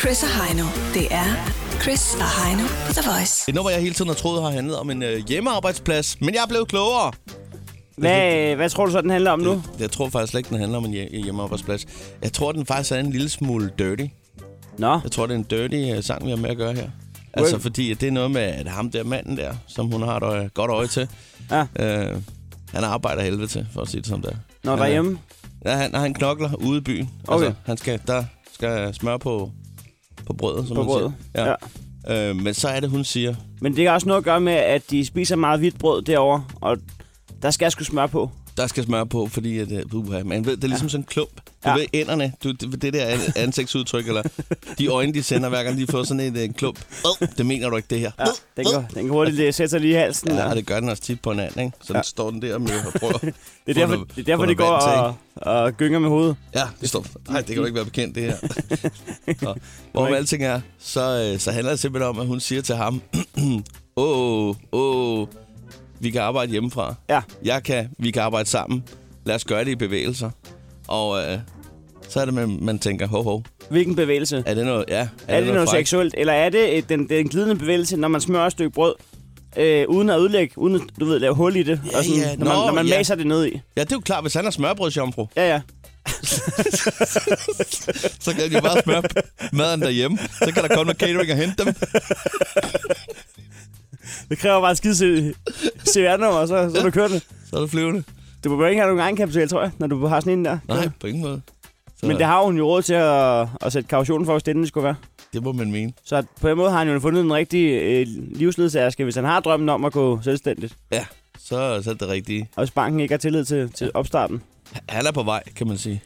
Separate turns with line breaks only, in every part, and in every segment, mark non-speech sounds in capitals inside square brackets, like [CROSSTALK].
Chris og Heino. Det er Chris og Heino på The Voice.
Et nummer, jeg hele tiden har troet har handlet om en øh, hjemmearbejdsplads, men jeg er blevet klogere.
Hvad, hvad tror du så, den handler om nu?
Jeg tror faktisk slet ikke, den handler om en hje- hjemmearbejdsplads. Jeg tror, den faktisk er en lille smule dirty.
Nå,
Jeg tror, det er en dirty øh, sang, vi har med at gøre her. Altså,
Well.
fordi at det er noget med at ham der manden der, som hun har et øje, godt øje til.
Ja.
Øh, han arbejder af helvede til, for at sige det som det er.
når
Han
du
er-
er hjemme.
Ja, han, han knokler ude i byen.
Okay.
Altså, han skal, der skal smør på, på brødet, som
På
man
brødet.
siger. Ja. Øh, men så er det, hun siger,
Men det har også noget at gøre med, at de spiser meget hvidt brød derovre, og der skal sgu smør på.
der skal smør på, fordi at, øh, uha, man ved, det er ligesom sådan en klump. Du
Ja.
ved, ænderne, du, det, det der an- ansigtsudtryk, eller de øjne, de sender hver gang, de får sådan en, en klump. Øh, det mener du ikke, det her.
Ja, den, kan, den kan hurtigt lige- sætte sig lige i halsen.
Ja,
Ja,
og
det,
det gør den også tit på en anden, ikke? Så ja. den står den der med og
[LAUGHS]
prøver. det
er derfor, det, er derfor, det går og, og gynger med hovedet.
Ja, det står... Nej, det kan du ikke være bekendt, det
[LAUGHS]
her. og, hvor
ikke-
alting er, så, øh, så handler det simpelthen om, at hun siger til ham, [CLEARS THROAT] åh, åh, åh, vi kan arbejde hjemmefra.
Ja,
Jeg kan, vi kan arbejde sammen. Lad os gøre det i bevægelser. Og øh, så er det, man, man tænker, hov, hov,
hvilken bevægelse?
er det noget... Ja, er,
Er det noget
frækt?
seksuelt, eller er det øh, den, den glidende bevægelse, når man smører et stykke brød, øh, uden at ødelægge, uden at, du ved, lave hul i det,
Ja,
og sådan,
ja.
når man,
Nå,
når man
ja.
maser det ned i?
Ja, det er jo klart, hvis han har smørbrødsjomfru,
Ja, ja.
så kan de
[LAUGHS]
bare smøre maden derhjemme. Så kan der komme noget catering og hente dem.
Det kræver bare et skide CVR-nummer, så, så du kører det.
Så er det flyvende.
Du behøver ikke have nogen egenkapital, tror jeg, når du har sådan en der.
Nej, på ingen måde. Så,
Men det har hun jo råd til at, at sætte kautionen for, hvis det endelig skulle være.
det må man mene.
Så at på den måde har han jo fundet en rigtig øh, livsledsagerske, hvis han har drømmen om at gå selvstændigt.
Ja, så, så er det rigtige.
Og hvis banken ikke har tillid til, til opstarten.
Han er på vej, kan man sige.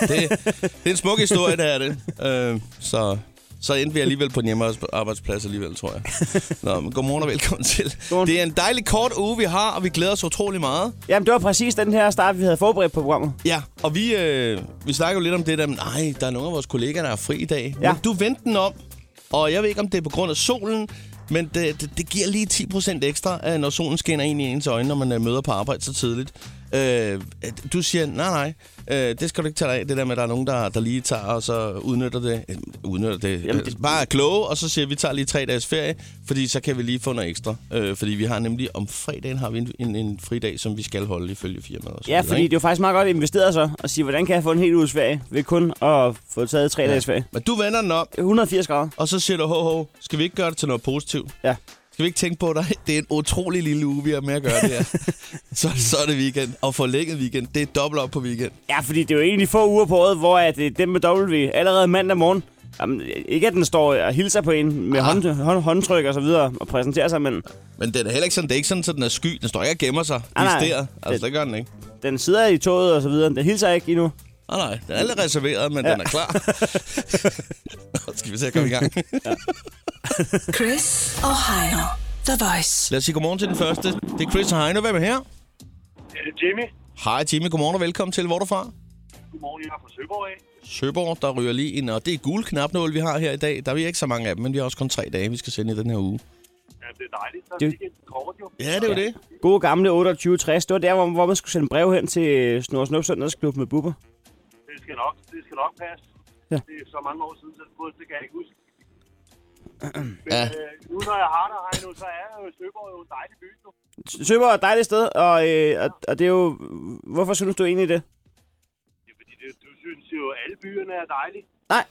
det, det er en smuk historie, det er det. Øh, så, så endte vi alligevel på en hjemmearbejdsplads alligevel, tror jeg. Nå, men godmorgen og velkommen til.
Godmorgen.
Det er en dejlig kort uge, vi har, og vi glæder os utrolig meget.
Jamen, det var præcis den her start, vi havde forberedt på programmet.
Ja, og vi, øh, vi snakker jo lidt om det der, men nej, der er nogle af vores kollegaer, der er fri i dag.
Ja.
Men du vendte den om, og jeg ved ikke, om det er på grund af solen, men det, det, det giver lige 10% ekstra, øh, når solen skinner ind i ens øjne, når man øh, møder på arbejde så tidligt. Øh, at du siger, nej, nej, øh, det skal du ikke tage dig af, det der med, at der er nogen, der, der lige tager og så udnytter det. Øh, udnytter det. Jamen,
Jamen,
det.
det-
Bare er kloge, og så siger vi, vi tager lige tre dages ferie, fordi så kan vi lige få noget ekstra. Øh, fordi vi har nemlig, om fredagen har vi en, en, en fridag, som vi skal holde ifølge firmaet. og så
Ja,
videre,
fordi
ikke?
det er jo faktisk meget godt investeret så at sige, hvordan kan jeg få en hel uges ferie ved kun at få taget tre ja. dages ferie.
Men du vender den op,
180 grader.
og så siger du, ho, ho, skal vi ikke gøre det til noget positivt?
Ja.
Skal vi ikke tænke på dig? [LAUGHS] Det er en utrolig lille uge, vi har med at gøre
[LAUGHS]
det her. så, så er det weekend, og forlænget weekend. Det er dobbelt op på weekend.
Ja, fordi det er jo egentlig få uger på året, hvor at, øh, den med W allerede mandag morgen, jamen, ikke at den står og hilser på en med
Ah.
hånd, hånd, håndtryk og så videre og præsenterer sig, men
Men den er heller ikke sådan, det er ikke sådan, at den er sky. Den står ikke og gemmer sig.
Ah, nej.
Nej, Altså,
Det-
det gør den ikke.
den sidder i toget og så videre. Den hilser ikke endnu.
Ah, nej, den er lidt reserveret, men ja. den er
[LAUGHS]
klar. Nå, skal vi se at komme i gang.
Chris og Heino. The Voice.
Lad os sige godmorgen til den første. Det er Chris og Heino. Hvem er her?
Øh, Jimmy,
Hej, Jimmy. Godmorgen og velkommen til. Hvor er du fra?
godmorgen, jeg er fra Søborg af.
Søborg, der ryger lige ind. Og det er gule knapnål, vi har her i dag. Der er vi ikke så mange af dem, men vi har også kun tre dage, vi skal sende i den her uge.
Ja, det er dejligt, så
Det-
det er kort jo.
Ja, det er jo det.
Gode gamle 2860. Det var der, hvor, hvor man skulle sende brev hen til Snor Snup Søndagsklub med Bubber.
Det skal nok, det skal nok passe.
Ja.
Ja. Det er så mange år siden, så det, burde- det kan jeg ikke
[CLEARS THROAT]
huske. Men
Ja.
ja. øh, nu når jeg har dig her nu, så er jo Søborg jo en dejlig by nu.
S- Søborg er et dejligt sted, og, øh, og, og det er jo... Hvorfor synes du egentlig det?
Det er fordi, det, du synes jo, at alle byerne er dejlige.
Nej,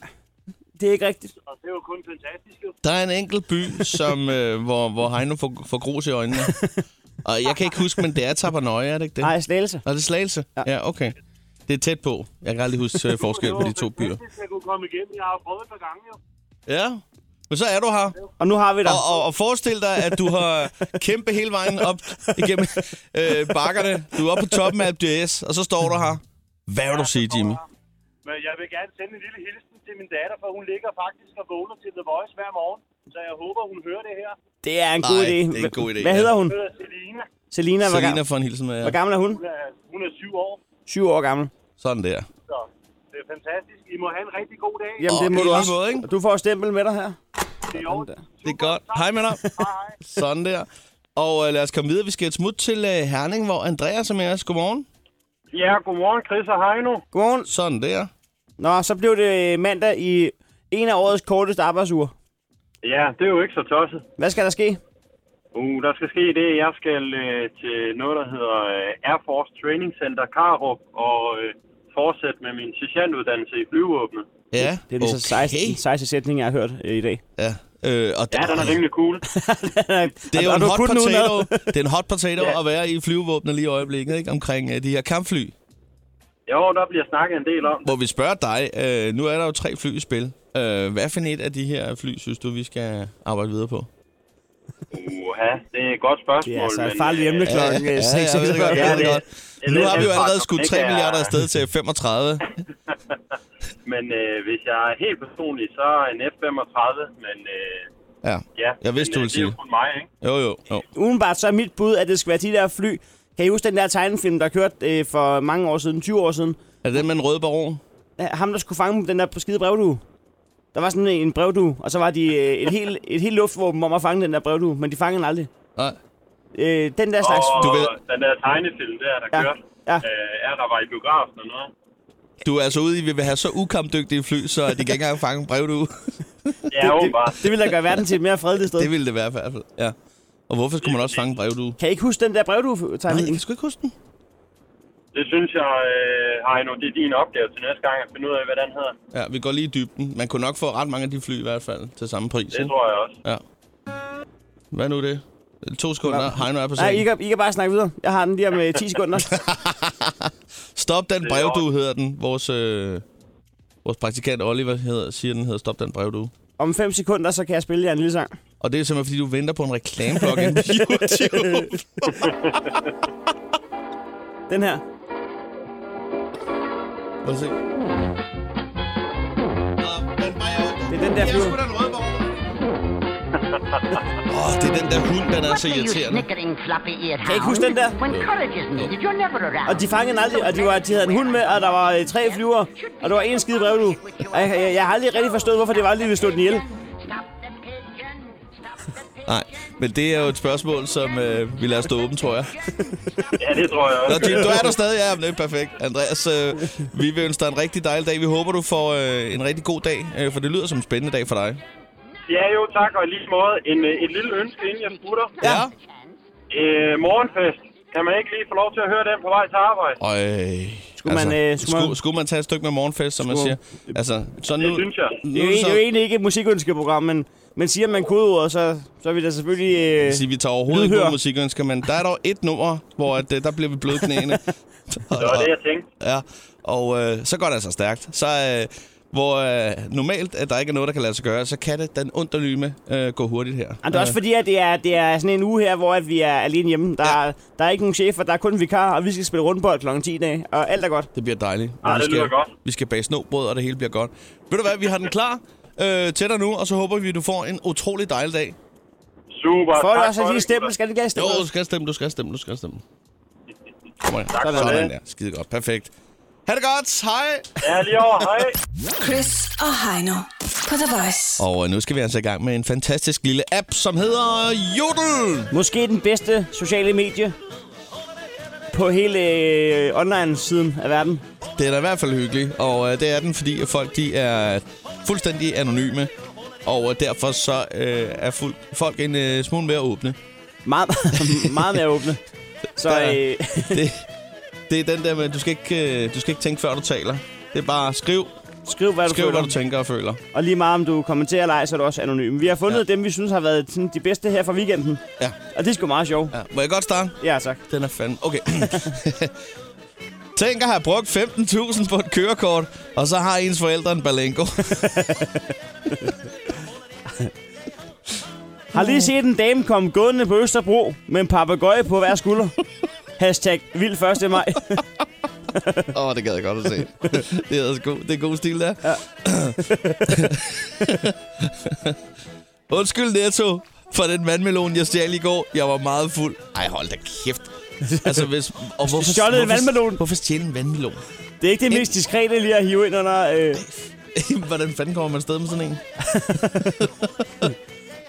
det er ikke rigtigt.
Og det er jo kun fantastisk jo.
Der er en enkelt by, som, [LAUGHS] øh, hvor, hvor Heino får, får grus i [LAUGHS] øjnene. Og jeg kan ikke huske, men det er Tabernøje, er det ikke det?
Nej, slagelse.
Og det er Slagelse? Ja. ja, okay. Det er tæt på. Jeg kan aldrig huske øh, forskel på de to byer.
Hvis jeg kunne komme igennem, jeg har jo prøvet et par gange jo.
Ja, men så er du her.
Og nu har vi dig.
Og, og, og forestil dig, at du har kæmpet hele vejen op igennem øh, bakkerne. Du er oppe på toppen af Alpe d'Huez, og så står du her. Hvad vil du sige, Jimmy?
Men jeg vil gerne sende en lille hilsen til min datter, for hun ligger faktisk og vågner til The Voice hver morgen. Så jeg håber, hun hører det her.
Det er en god
Nej,
idé.
det er en god idé,
Hvad
ja.
hedder hun?
Hun hedder Selina.
Selina, hvor,
Selina
gammel,
får en hilsen med
hvor
jer.
gammel er hun?
Hun er, hun er syv år.
Syv år gammel.
Sådan der.
Så det er fantastisk. I må have en rigtig god dag.
Jamen,
Åh,
det må
i
du
lige
også.
måde, ikke?
Og du får et stempel med dig her.
det er,
der.
Det er godt. Hej med dig.
Hej, hej.
Sådan der. Og øh, lad os komme videre. Vi skal et smut til øh, Herning, hvor Andreas er med os. Godmorgen.
Ja, godmorgen, Chris og Heino.
Godmorgen.
Sådan der.
Nå, så blev det øh, mandag i En af årets korteste arbejdsuger.
Ja, det er jo ikke så tosset.
Hvad skal der ske?
Uh, der skal ske det, jeg skal øh, til noget, der hedder øh, Air Force Training Center Karup og øh, fortsætte med min sergeantuddannelse i flyvåbnet.
Ja,
Det er den okay. sejeste, den sejeste sætning, jeg har hørt øh, i dag. [LAUGHS]
Ja, øh, og
Ja, den er rimelig cool.
Det er jo
Har
en
du
hot,
kun den udenad?
potato, [LAUGHS] det er en hot potato
Ja.
at være i flyvevåbnet lige i øjeblikket, ikke? omkring øh, de her kampfly.
Jo, der bliver snakket en del om. det.
Hvor vi spørger dig, øh, nu er der jo tre fly i spil. Øh, hvad for et af de her fly, synes du, vi skal arbejde videre på?
Uha, det er et godt spørgsmål.
Det er altså et
men,
farligt emne
øh,
klokken
[LAUGHS] ja, ja,
øh, seks,
jeg ved det
ikke?
godt, jeg
ja,
ved det
det-
godt.
det er
Nu
lidt
har vi jo
halvfart,
allerede
om
skudt
det
3
ikke er-
milliarder afsted til 35.
Men øh, hvis jeg er helt personlig, så er en F-35, men øh,
Ja,
ja.
jeg vidste,
men,
du
øh,
ville sige
Det er
det.
jo kun mig, ikke?
Jo, jo, jo.
Udenbart så er mit bud, at det skal være de der fly. Kan I huske den der tegnefilm, der kørte øh, for mange år siden, 20 år siden?
Er det den med en rød baron?
Ja, Ham, der skulle fange den der skide brevdue. Der var sådan en brevdue, og så var de øh, et, helt, et helt luftvåben om at fange den der brevdue, men de fangede den aldrig.
Nej.
Øh, den der slags...
Og
Du ved-
den der tegnefilm der, der
Ja,
kørte,
ja.
øh, er der var i biografen og noget.
Du er altså ude i, at vi vil have så ukampdygtige fly, så de kan ikke engang fange en brevdue.
Ja, åbenbart.
Det ville da gøre verden til et mere fredeligt sted.
Det ville det være i hvert fald, ja. Og hvorfor skulle man også fange en brevdue?
Kan I ikke huske den der brevdue
Nej, jeg
tegnefilm?
kan sgu ikke huske den.
Det synes jeg, øh, Heino, det er din opgave til næste gang at finde ud af, hvad den hedder.
Ja, vi går lige i dybden. Man kunne nok få ret mange af de fly i hvert fald til samme pris.
Det
Ikke?
tror jeg også.
Ja. Hvad nu er det? To sekunder. Heino er på
Nej, I
sagen.
kan, I kan bare snakke videre. Jeg har den lige om øh, 10 sekunder.
Stop den
er
brevdue,
ordentligt.
hedder den. Vores, øh, vores praktikant Oliver hedder, siger, den hedder Stop den brevdue.
Om 5 sekunder, så kan jeg spille jer en lille sang.
Og det er simpelthen, fordi du venter på en reklameblok inde [LAUGHS] på YouTube.
Den her.
Prøv at se.
Det er den der flyver.
[LAUGHS] Åh, oh, det er den der hund, den er
What
så
are you
irriterende.
snickering, Fluffy eared
Hey,
hound?
who's done that?
When courage is needed, you're never around.
Og de fangede den aldrig, og de, var, de havde en hund med, og der var øh, tre flyver, og der var en skide brevdue. Og jeg, jeg, jeg har aldrig rigtig forstået, hvorfor det var aldrig, vi ville slå den ihjel.
Stop the pigeon. Stop the pigeon.
Nej, men det er jo et spørgsmål, som øh, vi lader stå åben, tror jeg.
Ja, det tror jeg
Nå,
også.
Jim, du er der stadig. Ja, men det er perfekt. Andreas, øh, vi vil ønske dig en rigtig dejlig dag. Vi håber, du får øh, en rigtig god dag, øh, for det lyder som en spændende dag for dig.
Ja, jo, tak, og i lige måde, en, øh, et lille ønske, inden jeg smutter.
Ja.
Øh, morgenfest. Kan man ikke lige få lov til at høre den på vej til arbejde?
Øj.
Skulle man, øh, skulle man-
altså, skulle, skulle man tage et stykke med morgenfest, som man siger?
Skulle-
Altså, så nu,
Det synes jeg.
Det er jo,
nu
egentlig- det er jo
så,
egentlig ikke et musikønskeprogram, men, men siger man kodeordet, så, så er vi da selvfølgelig... Øh,
sige, vi tager overhovedet ikke
Lydhør.
nogen musikønsker, men der er dog et nummer, hvor at, øh, der bliver vi bløde
[LAUGHS]
knæene. [LAUGHS]
Det var det, jeg tænkte.
Ja, og øh, så går det altså stærkt. Så øh, hvor øh, normalt, at der ikke er noget, der kan lade sig gøre, så kan det den underlyme øh, gå hurtigt her.
Jamen, det er også fordi, at det er, det er sådan en uge her, hvor at vi er alene hjemme. Der, ja. der er ikke nogen chefer, der er kun vikar, og vi skal spille rundbold kl. 10 i dag, og alt er godt.
Det bliver dejligt.
Ah,
Og vi
det lyder
skal-
godt.
Vi skal bage snobrød, og det hele bliver godt. Ved du hvad, vi har den klar øh, til dig nu, og så håber vi, at du får en utrolig dejlig dag.
Super.
Får du
tak
også
for
en lille
det.
stemme? Skal det ikke have
Jo,
stemme?
du skal stemme, du skal stemme, du skal stemme. Kom her.
for
Sådan, Sådan
det.
der. Skide godt. Perfekt. Ha' det godt. Hej.
Ja, lige over. Hej.
Chris og Heino på The Voice.
Og øh, nu skal vi altså i gang med en fantastisk lille app, som hedder Jodel.
Måske den bedste sociale medie på hele øh, online-siden af verden.
Det er da i hvert fald hyggelig, og øh, det er den, fordi at folk de er fuldstændig anonyme. Og øh, derfor så øh, er fuld, folk en øh, smule mere åbne.
Meget, [LAUGHS] meget mere åbne. Så
Der er-
øh,
det, det er den der med, du skal, ikke, øh, du skal ikke tænke, før du taler. Det er bare skriv,
skriv, hvad du
skriv
føler.
hvad du tænker og føler.
Og lige meget om du kommenterer eller ej, så er du også anonym. Vi har fundet ja. dem, vi synes har været sådan, de bedste her fra weekenden.
Ja.
Og det er sgu meget sjovt.
Ja. Må jeg godt starte?
Ja, tak.
Den er fandme...
[LAUGHS]
Okay. Tænk at have brugt 15.000 på et kørekort, og så har ens forældre en balenko.
Har lige set en dame komme gående på Østerbro med en papegøje på
[LAUGHS]
hver skulder. Hashtag vild 1. maj.
Åh, oh, det gad jeg godt
[LAUGHS]
at se. det, er altså god, det er god stil, der. Ja. [LAUGHS] Undskyld, Netto, for den vandmelon, jeg stjal i går. Jeg var meget fuld. Ej, hold da kæft. Altså, hvis, og hvorfor,
Stjålet en
hvorfor-
vandmelon.
Hvorfor stjæle en vandmelon? [LAUGHS]
Det er ikke det mest diskrete lige at hive ind under... Øh,
Hvordan fanden kommer man afsted med sådan en?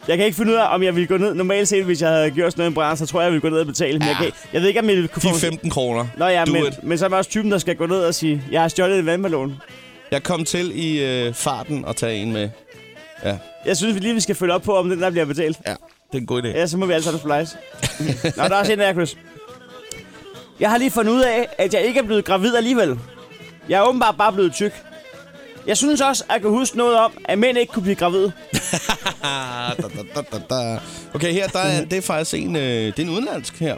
jeg kan ikke finde ud af, om jeg ville gå ned. Normalt set, hvis jeg havde gjort sådan noget i en branche, så tror jeg, jeg ville gå ned og betale. Men jeg, kan, jeg ved ikke, om jeg ville kunne
De
få...
15 kroner.
Nå ja,
Do
men,
it.
men så er man også typen, der skal gå ned og sige, jeg har stjålet en vandballon.
Jeg kom til i øh, farten at tage en med.
Jeg synes vi lige, vi skal følge op på, om den der bliver betalt.
Ja, det er en god idé.
Ja, så må vi altså have flies. Nå, der er også en der, Chris. Jeg har lige fundet ud af, at jeg ikke er blevet gravid alligevel. Jeg er åbenbart bare blevet tyk. Jeg synes også, at jeg kan huske noget om, at mænd ikke kunne blive gravide.
Ah, da, da, da, da, da. Okay, her der er, det er faktisk en, øh, det er en udenlandsk her.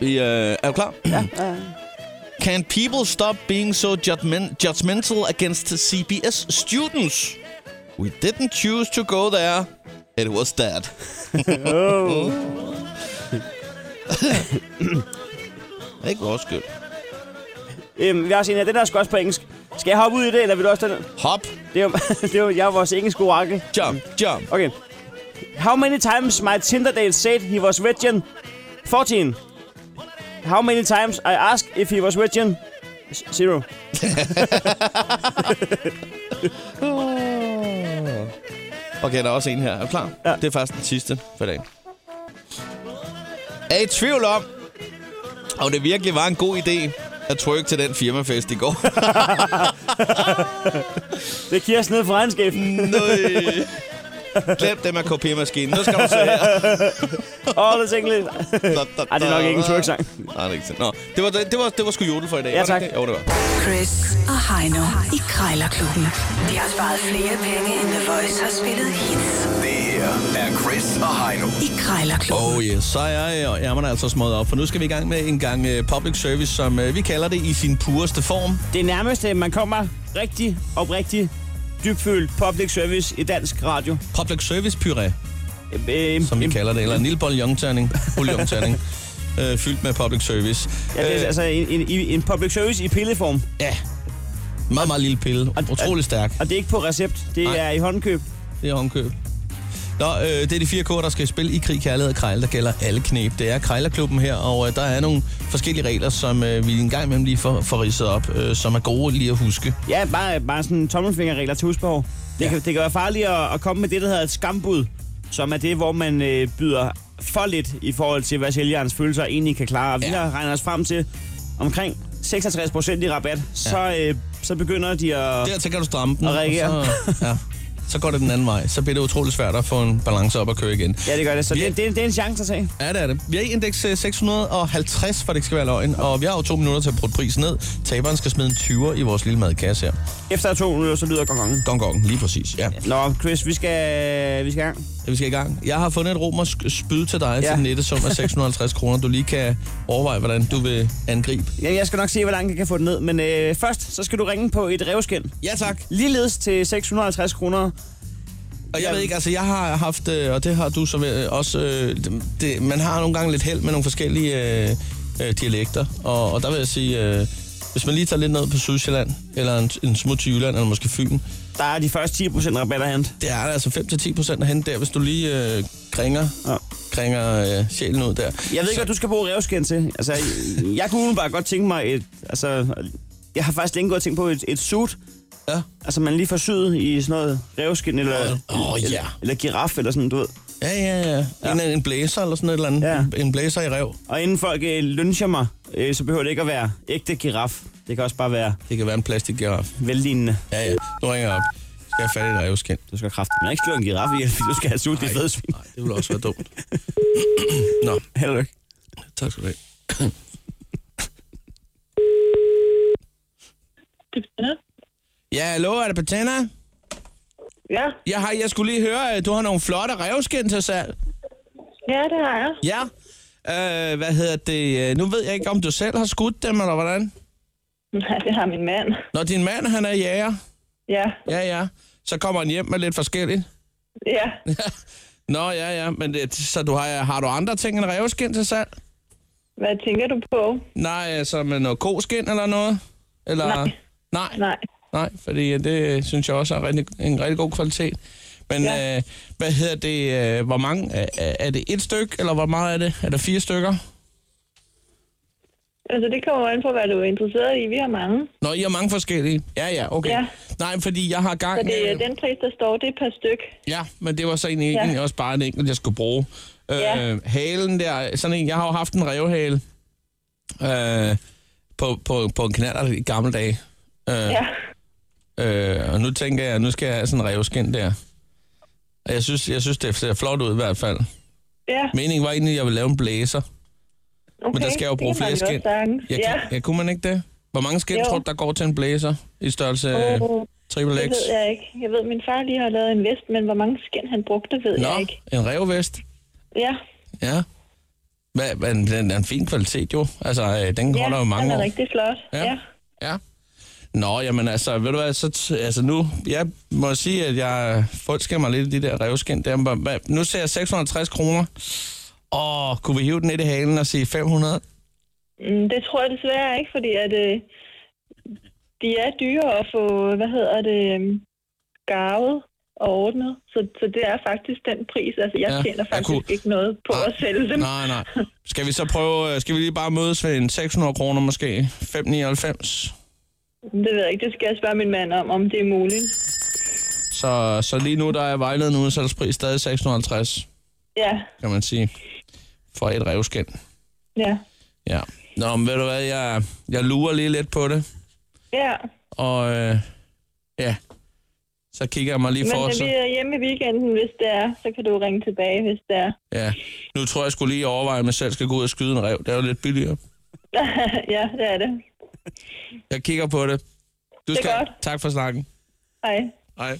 Vi, øh, er du klar? Ja. [CLEARS THROAT] Can people stop being so judgmen- judgmental against CBS students? We didn't choose to go there. It was that. [LAUGHS]
Oh.
Det er ikke vores skyld.
Øhm, vi har også en af den der er sgu også på engelsk. Skal jeg hoppe ud i det, eller vil du også den?
Hop,
Det er, jo- [LAUGHS] det er, jo- jeg er vores engelske orakel.
jump, jump.
Okay. How many times my Tinder date said he was virgin? 14. How many times I asked if he was virgin? Z- Zero.
Oh. Okay, der er også en her. Er du klar? Ja. Det er faktisk den sidste for i dag. Er I i tvivl om, om det virkelig var en god idé at trykke til den firmafest i
[LAUGHS]
går?
Det er Kirsten nede for [LAUGHS] regnskabet.
Nøj. Glem det med kopimaskinen. Nu skal du se
[LAUGHS]
her.
Åh, det er tænkeligt. Ej, det er nok ikke en twerk-sang.
Nej, det er ikke sådan. Nå, det var, det var, det var sgu jodel for i dag.
Ja,
var det
tak.
ikke Det? Jo, det var.
Chris og Heino i Krejlerklubben. De har sparet flere penge, end The Voice har spillet hits
Det her er Chris og Heino.
i Krejlerklubben.
Oh yes, så er jeg og ærmerne altså smået op, for nu skal vi i gang med en gang øh, public service, som øh, vi kalder det i sin pureste form.
Det er nærmest, at man kommer rigtig oprigtig dybfølt public service i dansk radio.
Public service puré,
Øhm, øhm,
som vi
øhm,
kalder det, eller en lille bollongterning,
[LAUGHS]
bollongterning, øh, fyldt med public service.
Ja, det er
Øh,
altså en, en, en- en public service i pilleform.
ja. Meget, meget lille pille. Utrolig stærk.
Og det er ikke på recept, det
Nej.
er i håndkøb.
Det er omkøb. Nå, øh, det er de fire kår, der skal spille i krig, kærlighed og krejl, der gælder alle knep. Det er krejlerklubben her, og øh, der er nogle forskellige regler, som øh, vi en gang imellem lige får, får ridset op, øh, som er gode lige at huske.
Ja, bare, bare sådan tommelfingerregler til husbehov. Det,
Ja.
ja. kan, det kan være farligt at, at komme med det, der hedder et skambud, som er det, hvor man øh, byder for lidt i forhold til, hvad sælgerens følelser egentlig kan klare. Og vi
Ja.
har regnet os frem til omkring 66 procent i rabat, så, øh, så begynder de at...
Dertil kan du stramme den,
Og reagere.
så, ja, så går det den anden vej. Så bliver det utrolig svært at få en balance op at køre igen.
Ja, det gør det. Så
Vi-
det, det, det er en chance at tage.
Ja, det er det. Vi er i indeks øh, 650, for det ikke skal være løgn, og vi har jo to minutter til at bruge prisen ned. Taberen skal smide en 20'er i vores lille madkasse her.
Efter to minutter, så lyder gongongen.
Gong, gong, lige præcis, ja.
Nå, Chris, vi skal, vi skal i gang.
Vi skal i gang. Jeg har fundet et romersk spyd til dig ja.
Ja.
til den nette sum af 650 kroner. Du lige kan overveje, hvordan du vil angribe.
Ja, Jeg skal nok se, hvor langt jeg kan få den ned, men øh, først så skal du ringe på et revskind.
Ja tak.
Ligeledes til 650 kroner.
Og jeg ved ikke, altså jeg har haft, øh, og det har du så øh, også, øh, det, man har nogle gange lidt held med nogle forskellige øh, øh, dialekter. Og, og der vil jeg sige, øh, hvis man lige tager lidt ned på Sydsjælland, eller en, en smut til Jylland, eller måske Fyn,
Der er de første 10% rabat at hente.
det er der altså 5-10% at hente der, hvis du lige øh, kringer, ja.
Ja.
kringer øh, sjælen ud der.
Jeg ved ikke, hvad du skal bruge revskind til. Altså, jeg- jeg kunne bare godt tænke mig et... Altså, jeg har faktisk længe gået og tænkt på et, et suit.
Ja.
Altså, man lige får syet i sådan noget revskind, eller,
Åh, åh, ja.
eller, eller giraf, eller sådan, du ved.
Ja, ja, ja. En, en blæser eller sådan et eller andet.
Ja.
En blæser i rev.
Og inden folk øh, lyncher mig, øh, så behøver det ikke at være ægte giraf. Det kan også bare være
Det kan være en plastikgiraf.
vellignende.
Ja, ja. Nu ringer jeg op. Skal jeg have fat i dig, Euskind?
Du skal kraftigt. Man ikke slå en giraf i, fordi du skal have suget dit fede svin.
Nej, det ville også være
[CLEARS THROAT]
dumt. Nå,
Held og lykke.
tak skal du have. Ja, hallo, er det Bettina?
Ja,
Ja, hej, jeg skulle lige høre, øh, du har nogle flotte revskind til salg.
ja, det har jeg. [LAUGHS]
Ja. Øh, hvad hedder det? øh, Nu ved jeg ikke, om du selv har skudt dem, eller hvordan?
Nej, det har min mand.
Når din mand, han er jæger,
Ja,
ja, ja, så kommer han hjem med lidt forskelligt. [LAUGHS]
ja.
Nå, ja, ja, men det, så du har, har du andre ting end revskind til salg?
Hvad tænker du på?
Nej, altså med noget koskind eller noget? Eller?
Nej.
Nej,
Nej.
nej fordi øh, det øh, synes jeg også er en rigtig, en rigtig god kvalitet. Men ja.
Ja.
øh, hvad hedder det, øh, hvor mange, øh, er det et stykke, eller hvor meget er det? Er der fire stykker?
Altså, det kommer an på, hvad du er interesseret i. Vi har mange.
Nå, I har mange forskellige. Ja, ja, okay.
Ja.
Nej, fordi jeg har gang...
Så det er
øh,
den pris, der står, det er per styk.
Ja, men det var så egentlig,
Ja.
egentlig også bare en enkelt, jeg skulle bruge. Øh,
Ja.
Halen der, sådan en, jeg har jo haft en revhale øh, på, på, på en knaller i gamle dage. Øh,
Ja.
Øh, og nu tænker jeg, nu skal jeg have sådan en revskin der. Og jeg synes, jeg synes, det ser flot ud i hvert fald.
Ja,
Meningen var egentlig, at jeg ville lave en blæser.
okay.
Men der skal jeg jo
det
bruge
kan man
flere
godt
skin.
sagtens.
Jeg,
ja,
kan, jeg, kunne man ikke det? Hvor mange skin
Jo.
tror du, der går til en blæser i størrelse øh,
Åh,
triple
det
X?
ved jeg ikke. Jeg ved, min far lige har lavet en vest, men hvor mange skin han brugte, ved jeg
Nå,
ikke.
en revvest.
Ja,
Ja. Hva- Men den er en fin kvalitet jo. Altså, øh, den holder
ja
jo mange
han er
år.
rigtig flot.
Ja.
Ja. ja.
Ja. Nå, jamen altså, ved du hvad, så t- altså nu, jeg må sige, at jeg forelsker mig lidt i de der revskin. Der, Men hvad- nu ser jeg 650 kroner. Åh, kunne vi hive den lidt i halen og sige 500?
Mm, Det tror jeg desværre ikke, fordi at, øh, de er dyre at få, hvad hedder det, øhm, garvet og ordnet. Så, så det er faktisk den pris. Altså, jeg
Ja,
ja, tjener
jeg
faktisk
kunne-
ikke noget på
Nej,
at sælge dem.
Nej, nej. Skal vi så prøve, øh, skal vi lige bare mødes ved en 600 kroner måske? 599?
Det ved jeg ikke. Det skal jeg spørge min mand om, om det er muligt.
Så, så lige nu, der er vejledende udsalgspris stadig 650,
Ja,
kan man sige, for et revskin.
ja,
Ja. Nå, men ved du hvad, jeg, jeg lurer lige lidt på det.
ja.
Og øh, ja, så kigger jeg mig lige
Men
for,
når vi
så,
er hjemme i weekenden, hvis det er, så kan du ringe tilbage, hvis det er. [LAUGHS]
ja. Nu tror jeg, jeg skulle lige overveje, om jeg selv skal gå ud og skyde en rev. Det er jo lidt billigere.
ja, det er det.
Jeg kigger på det. Du
er
skal,
godt.
Tak for snakken.
Hej.
Hej.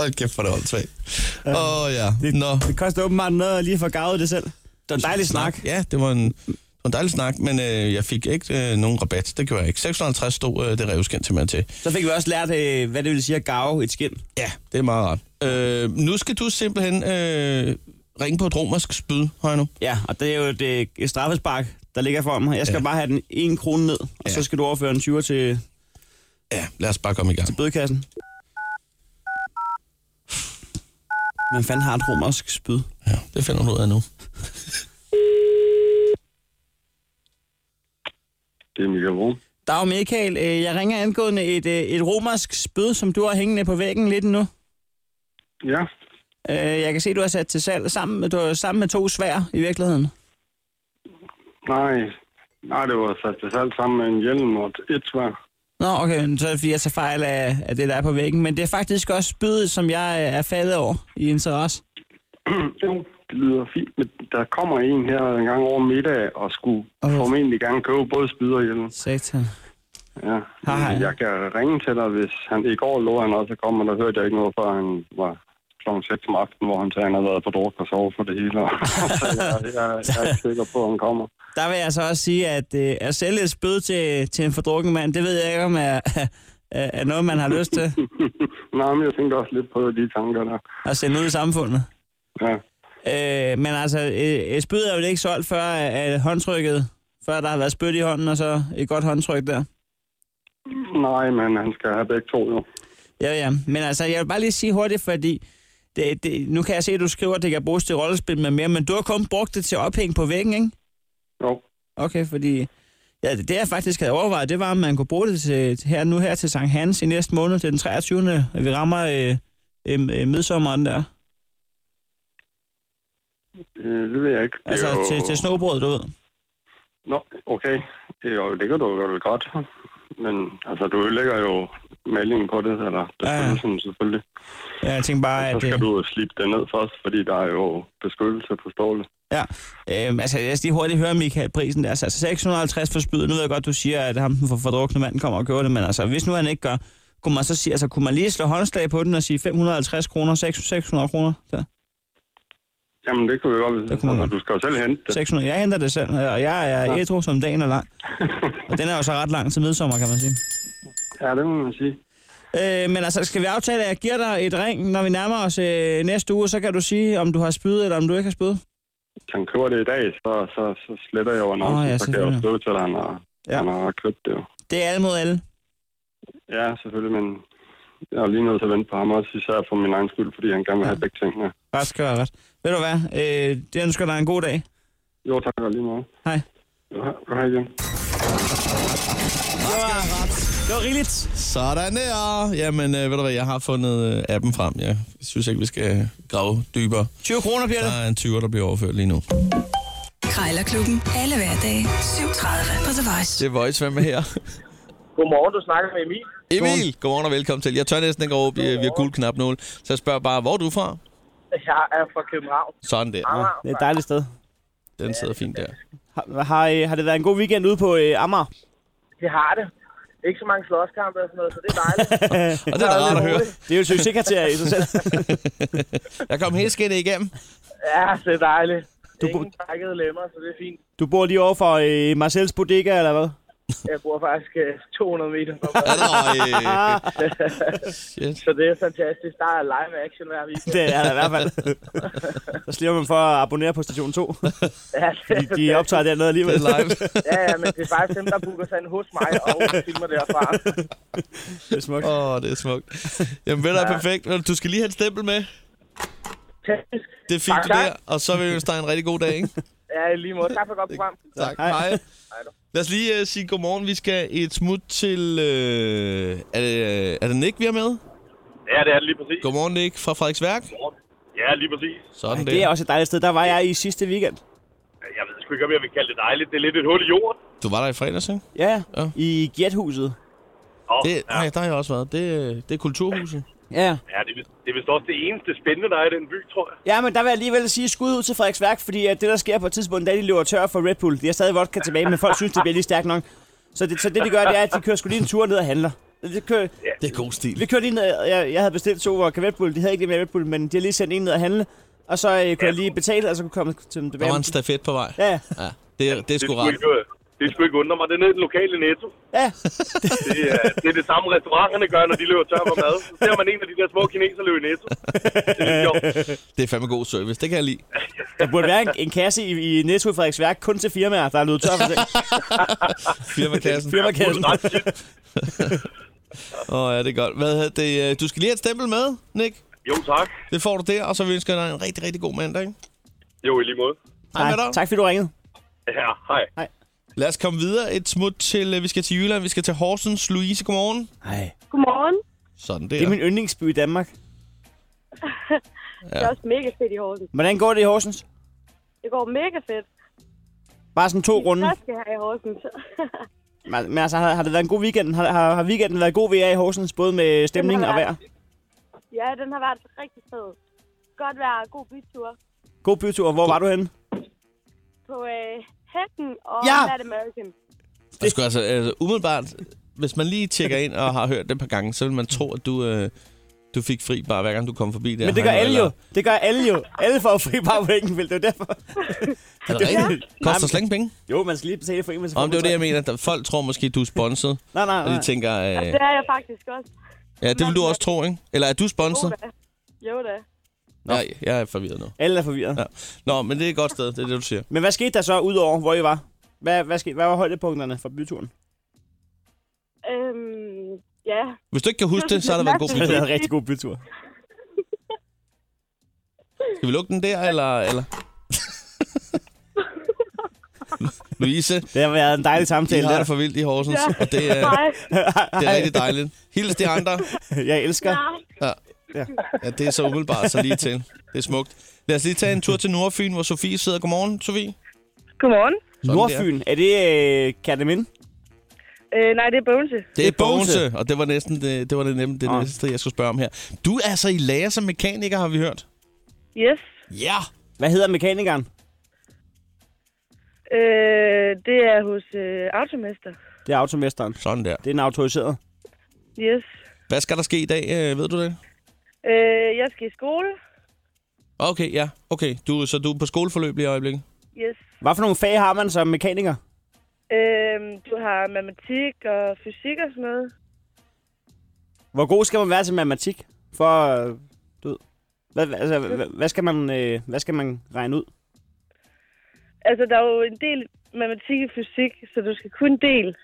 Hold kæft, for det åndssvagt. Åh oh, ja,
Det,
nå.
det koster åbenbart noget at lige få gavet det selv. Det var en dejlig snak.
Ja, det var en, det var en dejlig snak, men øh, jeg fik ikke øh, nogen rabat. Det gjorde jeg ikke. 650 stod øh, det revskin til mig til.
Så fik vi også lært, øh, hvad det vil sige at gave et skin.
Ja, det er meget rart. Øh, nu skal du simpelthen øh, ringe på et romersk spyd, Højno.
Ja, og det er jo et, øh, et straffespark, der ligger for mig. Jeg skal ja. bare have den en krone ned, og ja. så skal du overføre en 20'er til
Ja, lad os bare komme i gang.
bødekassen. Man fanden har et romersk spyd.
Ja, det finder du ud af nu.
Det er Michael Brun.
Dag Michael, øh, jeg ringer angående et, øh, et romersk spyd, som du har hængende på væggen lidt nu.
Ja,
Øh, Jeg kan se, du har sat til salg sammen med, du er sammen med to svær i virkeligheden.
nej. Nej, det var sat til salg sammen med en hjelm [CLEARS THROAT] og et- et svær.
Nå, okay, men så er det fordi, jeg tager fejl af, af det, der er på væggen. Men det er faktisk også spydet, som jeg øh, er faldet over i interesse.
jo, det lyder fint, men der kommer en her en gang over middag og skulle
Åh.
formentlig gerne købe både spyd og hjelm.
Satan.
Ja.
Hej, hej.
Jeg kan ringe til dig, hvis han i går lå han også kom, og der hørte jeg ikke noget, før han var kl. 6 om aftenen, hvor han sagde, han havde været på druk og [LAUGHS] sovet for det hele. så jeg, jeg, jeg, er ikke sikker på, at han kommer.
Der vil jeg så også sige, at øh, at sælge et spyd til, til en fordrukken mand, det ved jeg ikke, om er, [LAUGHS] er, er noget, man har lyst til
Nej, men jeg tænkte også lidt på de tanker der.
at sende ud i samfundet.
Ja.
Øh, men altså, øh, et spyd er jo ikke solgt før at håndtrykket, før der har været spyt i hånden, og så et godt håndtryk der.
Nej, men han skal have begge to jo.
Ja, ja. Men altså, jeg vil bare lige sige hurtigt, fordi det, det, nu kan jeg se, at du skriver, at det kan bruges til rollespil med mere, men du har kun brugt det til ophæng på væggen, ikke?
Jo.
Okay, fordi ja, det, jeg faktisk havde overvejet, det var, om man kunne bruge det til, til her, nu her til Sankt Hans i næste måned, det er den 23. at Vi rammer øh, øh, øh, midsommeren der.
Øh, Det ved jeg ikke. Det er
Altså
jo...
til, til snobrød, du ved.
Nå, okay. Det er jo, ligger du jo vel godt. Men altså, du ødelægger jo malingen på det, eller beskyttelsen selvfølgelig.
Ja, jeg tænkte bare,
Så
at...
skal
Øh,
du jo slippe det ned først, fordi der er jo beskyttelse på stålet.
ja. Øh, altså, jeg skal lige hurtigt høre, Michael, prisen der. Altså, 650 for spyd. Nu ved jeg godt, du siger, at ham den for fordrukne mand kommer og gør det, men altså, hvis nu han ikke gør, kunne man så sige, altså, kunne man lige slå håndslag på den og sige 550 kroner, 600 600 kroner? Der.
Jamen, det kunne vi godt.
Det kunne man
altså,
godt.
du skal jo selv hente det.
600. Jeg henter det selv, og jeg er etro som dagen er lang. Og den er jo så ret lang til midsommer, kan man sige.
Ja, det må man sige.
Øh, men altså, skal vi aftale, at jeg giver dig et ring, når vi nærmer os øh, næste uge, så kan du sige, om du har spydet, eller om du ikke har spydet?
Hvis han køber det i dag, så, så, så sletter jeg jo annoncen,
Åh, ja,
så kan jeg jo
selvfølgelig.
skrive til, at han har,
Ja.
ja. han har købt det jo.
Det er alle mod alle.
Ja, selvfølgelig, men jeg er lige nødt til at vente på ham også, især for min egen skyld, fordi han gerne vil have begge tingene.
Ret skal være ret. Ved du hvad? Øh, jeg ønsker dig en god dag.
Jo, tak og lige meget.
Hej.
Jo, hej- hej igen.
Det var rigeligt.
Sådan der. Jamen, øh, ved du hvad, jeg har fundet øh, appen frem. Jeg synes ikke, vi skal øh, grave dybere.
20 kroner bliver
Der
det.
er en 20, der bliver overført lige nu.
Krejlerklubben. Krejlerklubben. Alle hverdage 7.30 på The Voice.
Det er Voice, hvem er her?
Godmorgen, du snakker med Emil.
Emil, [LAUGHS] godmorgen og velkommen til. Jeg tør næsten ikke at råbe, øh, vi har gul knapnål. Så jeg spørger bare, hvor er du fra?
Jeg er fra København.
Sådan der.
Det er et dejligt sted.
Den sidder fint der.
Har, har, øh, har det været en god weekend ude på øh, Amager?
Det har det. Ikke så mange slåskampe og sådan noget, så det er
[LAUGHS]
dejligt.
Og det er da rart at høre.
Det er jo et succeskriterie i sig selv.
Jeg kom helt skinnet igennem.
ja, det er dejligt.
Du
Du
bo-
Ingen pakkede lemmer, så det er fint.
Du bor lige over for øh, Marcels Bodega, eller hvad?
Jeg bor faktisk øh, 200 meter
[LAUGHS]
fra
Ja,
mig,
det var, øh, shit.
så det er fantastisk. Der er live action hver weekend.
Det er der i hvert
[LAUGHS]
fald. Så slipper man for at abonnere på Station 2.
Ja, det er
De optager dernede alligevel.
Det er live.
Ja, ja, men det er faktisk dem, der booker sig ind hos mig
[LAUGHS]
og filmer derfra.
Det er smukt.
Åh, oh, det er smukt. Jamen, vel er perfekt. Vel, Du skal lige have et stempel med.
Fantastisk.
Det fik
Tak,
du
tak.
der, og så vil vi ønske dig en rigtig god dag, ikke?
Ja, i lige måde. Tak for et godt program.
[LAUGHS] Tak.
Hej.
Hej. Lad os lige uh, sige godmorgen. Vi skal et smut til... Uh, er, det, er det Nick, vi har med?
Ja, det er det lige præcis.
Godmorgen, Nick, fra Frederiksværk.
Ja, lige præcis.
Sådan
Det er
der.
også et dejligt sted. Der var jeg i sidste weekend.
Jeg ved sgu ikke, om jeg vil kalde det dejligt. Det er lidt et hul i jorden.
Du var der i fredags, ikke?
Ja,
Ja.
i Gjethuset.
Og,
Det, nej, der har jeg også været. Det, øh, det er Kulturhuset.
Ja.
Ja, det er, vist- det er vist også det eneste spændende, der er i den by, tror jeg.
ja, men der vil jeg alligevel sige skud ud til Frederiksværk, fordi at det, der sker på et tidspunkt, da de løber tør for Red Bull. De har stadig vodka tilbage, men folk synes, det bliver lige stærkt nok. Så det, så det de gør, det er, at de kører sgu lige en tur ned og handler. De kører,
Det er god stil.
Vi kørte lige ned, jeg, jeg havde bestilt to vodka Red Bull, de havde ikke det med Red Bull, men de har lige sendt en ned og handle, og så øh, kunne jeg lige betale, og så kunne komme til dem
Der
tilbage.
var en stafet på vej.
Ja,
Ja, det, er- det er
Det
sgu
skulle
rart.
ikke, øh, det skulle ikke undre mig. Det er nede i den lokale netto.
ja,
Det er, det er det samme, restauranterne gør, når de løber tør for mad. Så ser man en af de der små kineser løbe i netto. Det er lidt sjovt.
Det er fandme god service. [LAUGHS] Det kan jeg lide.
der burde være en, en kasse i, i Netto i Frederiksværk, kun til firmaer, der er løbet tør for det.
Firmakassen.
firmakassen.
Ret tit.
Åh, oh, ja, det er godt. Hvad hedder det? øh, Du skal lige have et stempel med, Nick.
Jo, tak.
Det får du der, og så ønsker jeg dig en rigtig, rigtig god mandag. Ikke?
Jo, i lige måde.
Hej med
Nej,
dig.
tak fordi du ringede.
Ja, hej.
Lad os komme videre et smut til, øh, vi skal til Jylland, vi skal til Horsens. Louise, godmorgen.
Nej,
Godmorgen.
Sådan
det
der.
er min yndlingsby i Danmark.
Det er også mega fedt i Horsens.
Hvordan går det i Horsens?
Det går mega fedt.
Bare sådan to runde.
Jeg skal have i Horsens. [LAUGHS]
Men men altså, har, har det været en god weekend? Har, har, har weekenden været god ved jer i Horsens, både med stemning
Den
og
har
vejr?
ja, den har været rigtig fed. Godt vejr, god bytur
God bytur. Hvor var du henne?
på øh, Hækken og
Ja!
Latin American.
Der skulle altså, altså umiddelbart, hvis man lige tjekker ind og har hørt det et par gange, så vil man tro, at du, øh, du fik fri bare hver gang du kom forbi der.
Men det gør
Hej,
alle jo.
eller-
Det gør alle jo. Alle får fri bare på Engelvild. Det er jo derfor.
Er det rigtigt?
Nej,
Koster
men-
slet ikke penge.
Jo, man skal lige betale for en, men så får
Om det var
man
det,
tre.
jeg mener. at Folk tror måske, du er sponset,
Nej, nej,
og
nej.
de tænker, øh,
Altså,
Det er jeg faktisk også.
ja, det vil du også tro, ikke? Eller er du
Jo
sponset?
da. Jo da.
Nej, jeg er forvirret nu.
Alle er forvirret.
Ja. Nå, men det er et godt sted, det er det, du siger.
Men hvad skete der så udover, hvor I var? Hvad, hvad, skete, hvad var højdepunkterne fra byturen?
Øhm, ja.
Hvis du ikke kan huske det, så har der været en god
Det
Det
video.
var en rigtig god bytur.
Skal vi lukke den der, eller... eller? Louise,
Det har været en dejlig
de
samtale
har
der.
det for vildt i Horsens,
Ja.
og det er,
Hej.
det er rigtig dejligt. Hils de andre.
Jeg elsker.
Ja.
Ja, det er så umiddelbart, så lige til. Det er smukt. Lad os lige tage en tur til Nordfyn, hvor Sofie sidder. Godmorgen, Sofie.
[LAUGHS] Godmorgen.
der.
Nordfyn, er det øh, Kataminde?
Øh, nej, det er Bogense.
Det er
Det er Bogense.
Bogense, Ah. og det var næsten det, det, var det, nemme, det
Nå.
næste, jeg skulle spørge om her. Du er altså i lære som mekaniker, har vi hørt.
Yes.
Ja.
Hvad hedder mekanikeren?
Øh, det er hos øh, Automester.
Det er automesteren.
Sådan der.
Det er en autoriseret.
Yes.
Hvad skal der ske i dag, øh, ved du det?
Øh, jeg skal i skole.
Okay, ja. Okay, du, så du er på skoleforløb lige i øjeblikket?
Yes.
Hvad for nogle fag har man som mekaniker?
Øh, du har matematik og fysik og sådan noget.
Hvor god skal man være til matematik? For, øh, du ved, hvad, altså, hvad, hvad, skal man, øh, hvad skal man regne ud?
Altså, der er jo en del matematik og fysik, så du skal kun del.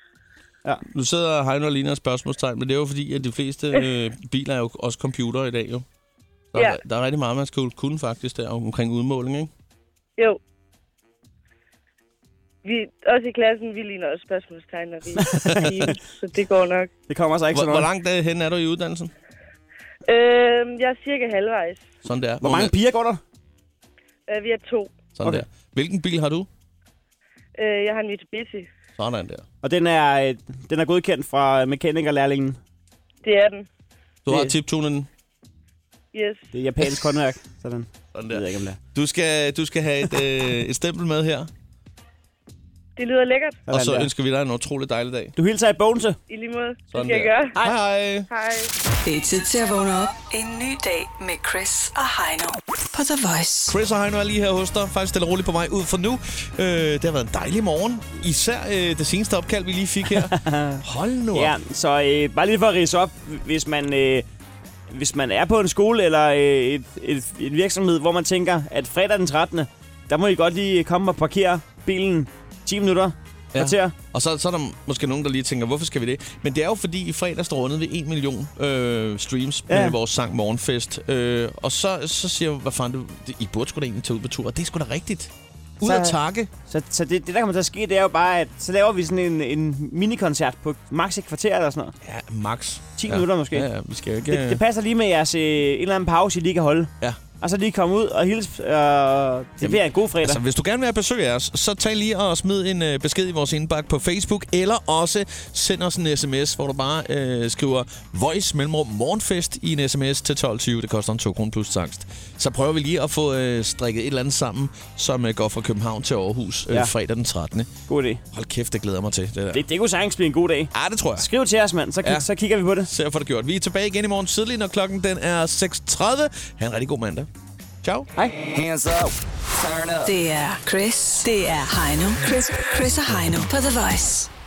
Nu sidder Heino og ligner et spørgsmålstegn, men det er jo fordi, at de fleste øh, biler er jo også computer i dag, jo. Der, ja.
Ja.
der er rigtig meget, man skal kunne faktisk der omkring udmåling, ikke?
Jo. Vi, også i klassen, vi ligner også spørgsmålstegn, når vi er i team, så det går nok.
Det kommer så ikke
Hvor,
så
hvor
meget.
langt øh, hen er du i uddannelsen?
Øh, jeg er cirka halvvejs.
Sådan der.
Hvor mange piger går der?
Øh, vi er to.
Sådan okay.
Okay.
der. Hvilken bil har du?
Øh, jeg har en Mitsubishi.
Sådan der.
Og den er, øh, den er godkendt fra mekanikerlærlingen.
Det er den.
Du har
Det-
tiptunen den.
Yes.
Det er japansk håndværk. Sådan.
Sådan
Jeg ved
der.
ikke, om det er.
Du skal, du skal have et, øh, et stempel med her,
Det lyder lækkert.
og
Sådan
så
der.
ønsker vi dig en utrolig dejlig dag.
Du hilser i Bogense.
I lige måde. Det
Sådan
skal jeg
der.
gøre.
Hej hej.
Hej.
Det er tid til at vågne op. En ny dag med Chris og Heino på The Voice.
Chris og Heino er lige her hos dig, faktisk stille og roligt på mig ud for nu. Øh, det har været en dejlig morgen, især øh, det seneste opkald, vi lige fik her. Hold nu op.
Ja, så øh, bare lige for at rise op, hvis man, øh, hvis man er på en skole eller øh, et, et, en virksomhed, hvor man tænker, at fredag den 13. der må I godt lige komme og parkere bilen 10 minutter,
Ja.
kvarter.
Og så, så er der måske nogen, der lige tænker, hvorfor skal vi det? Men det er jo fordi, i fredags der rundede vi 1 million øh, streams ja.
Ja.
med vores sang Morgenfest. Øh, og så, så siger jeg, hvad fanden, du, I burde sgu da egentlig tage ud på tur. Og det er sgu da rigtigt. Ud
Så-
at takke.
Så, så det, det, der kommer til at ske, det er jo bare, at så laver vi sådan en, en minikoncert på max et kvarter eller sådan noget.
Ja, max.
10
ja.
minutter måske.
Ja, ja, vi skal jo ikke...
Yeah. Det, det passer lige med jeres øh, en eller anden pause, I lige kan holde.
Ja.
Og så lige komme ud og hilse. Øh, det bliver en god fredag.
Altså, hvis du gerne vil have besøg af os, så tag lige og smid en øh, besked i vores indbakke på Facebook, eller også send os en sms, hvor du bare øh, skriver voice mellemrum morgenfest i en sms til 12.20. Det koster en 2 kroner plus takst. Så prøver vi lige at få øh, strikket et eller andet sammen, som øh, går fra København til Aarhus øh, ja.
Ja.
fredag den 13.
God idé.
Hold kæft, det glæder jeg mig til, det der.
Det, det kunne sagtens blive en god dag.
Ja, det tror jeg.
Skriv til os, mand. Så,
Ja.
ja. så kigger vi på det.
Så jeg får det gjort. Vi er tilbage igen i morgen tidlig, når klokken den er 6.30. Ha' en rigtig god mandag. Ciao.
Hands up. Turn up.
Det er Chris. Det er Heino. Chris, Chris og Heino på The Voice.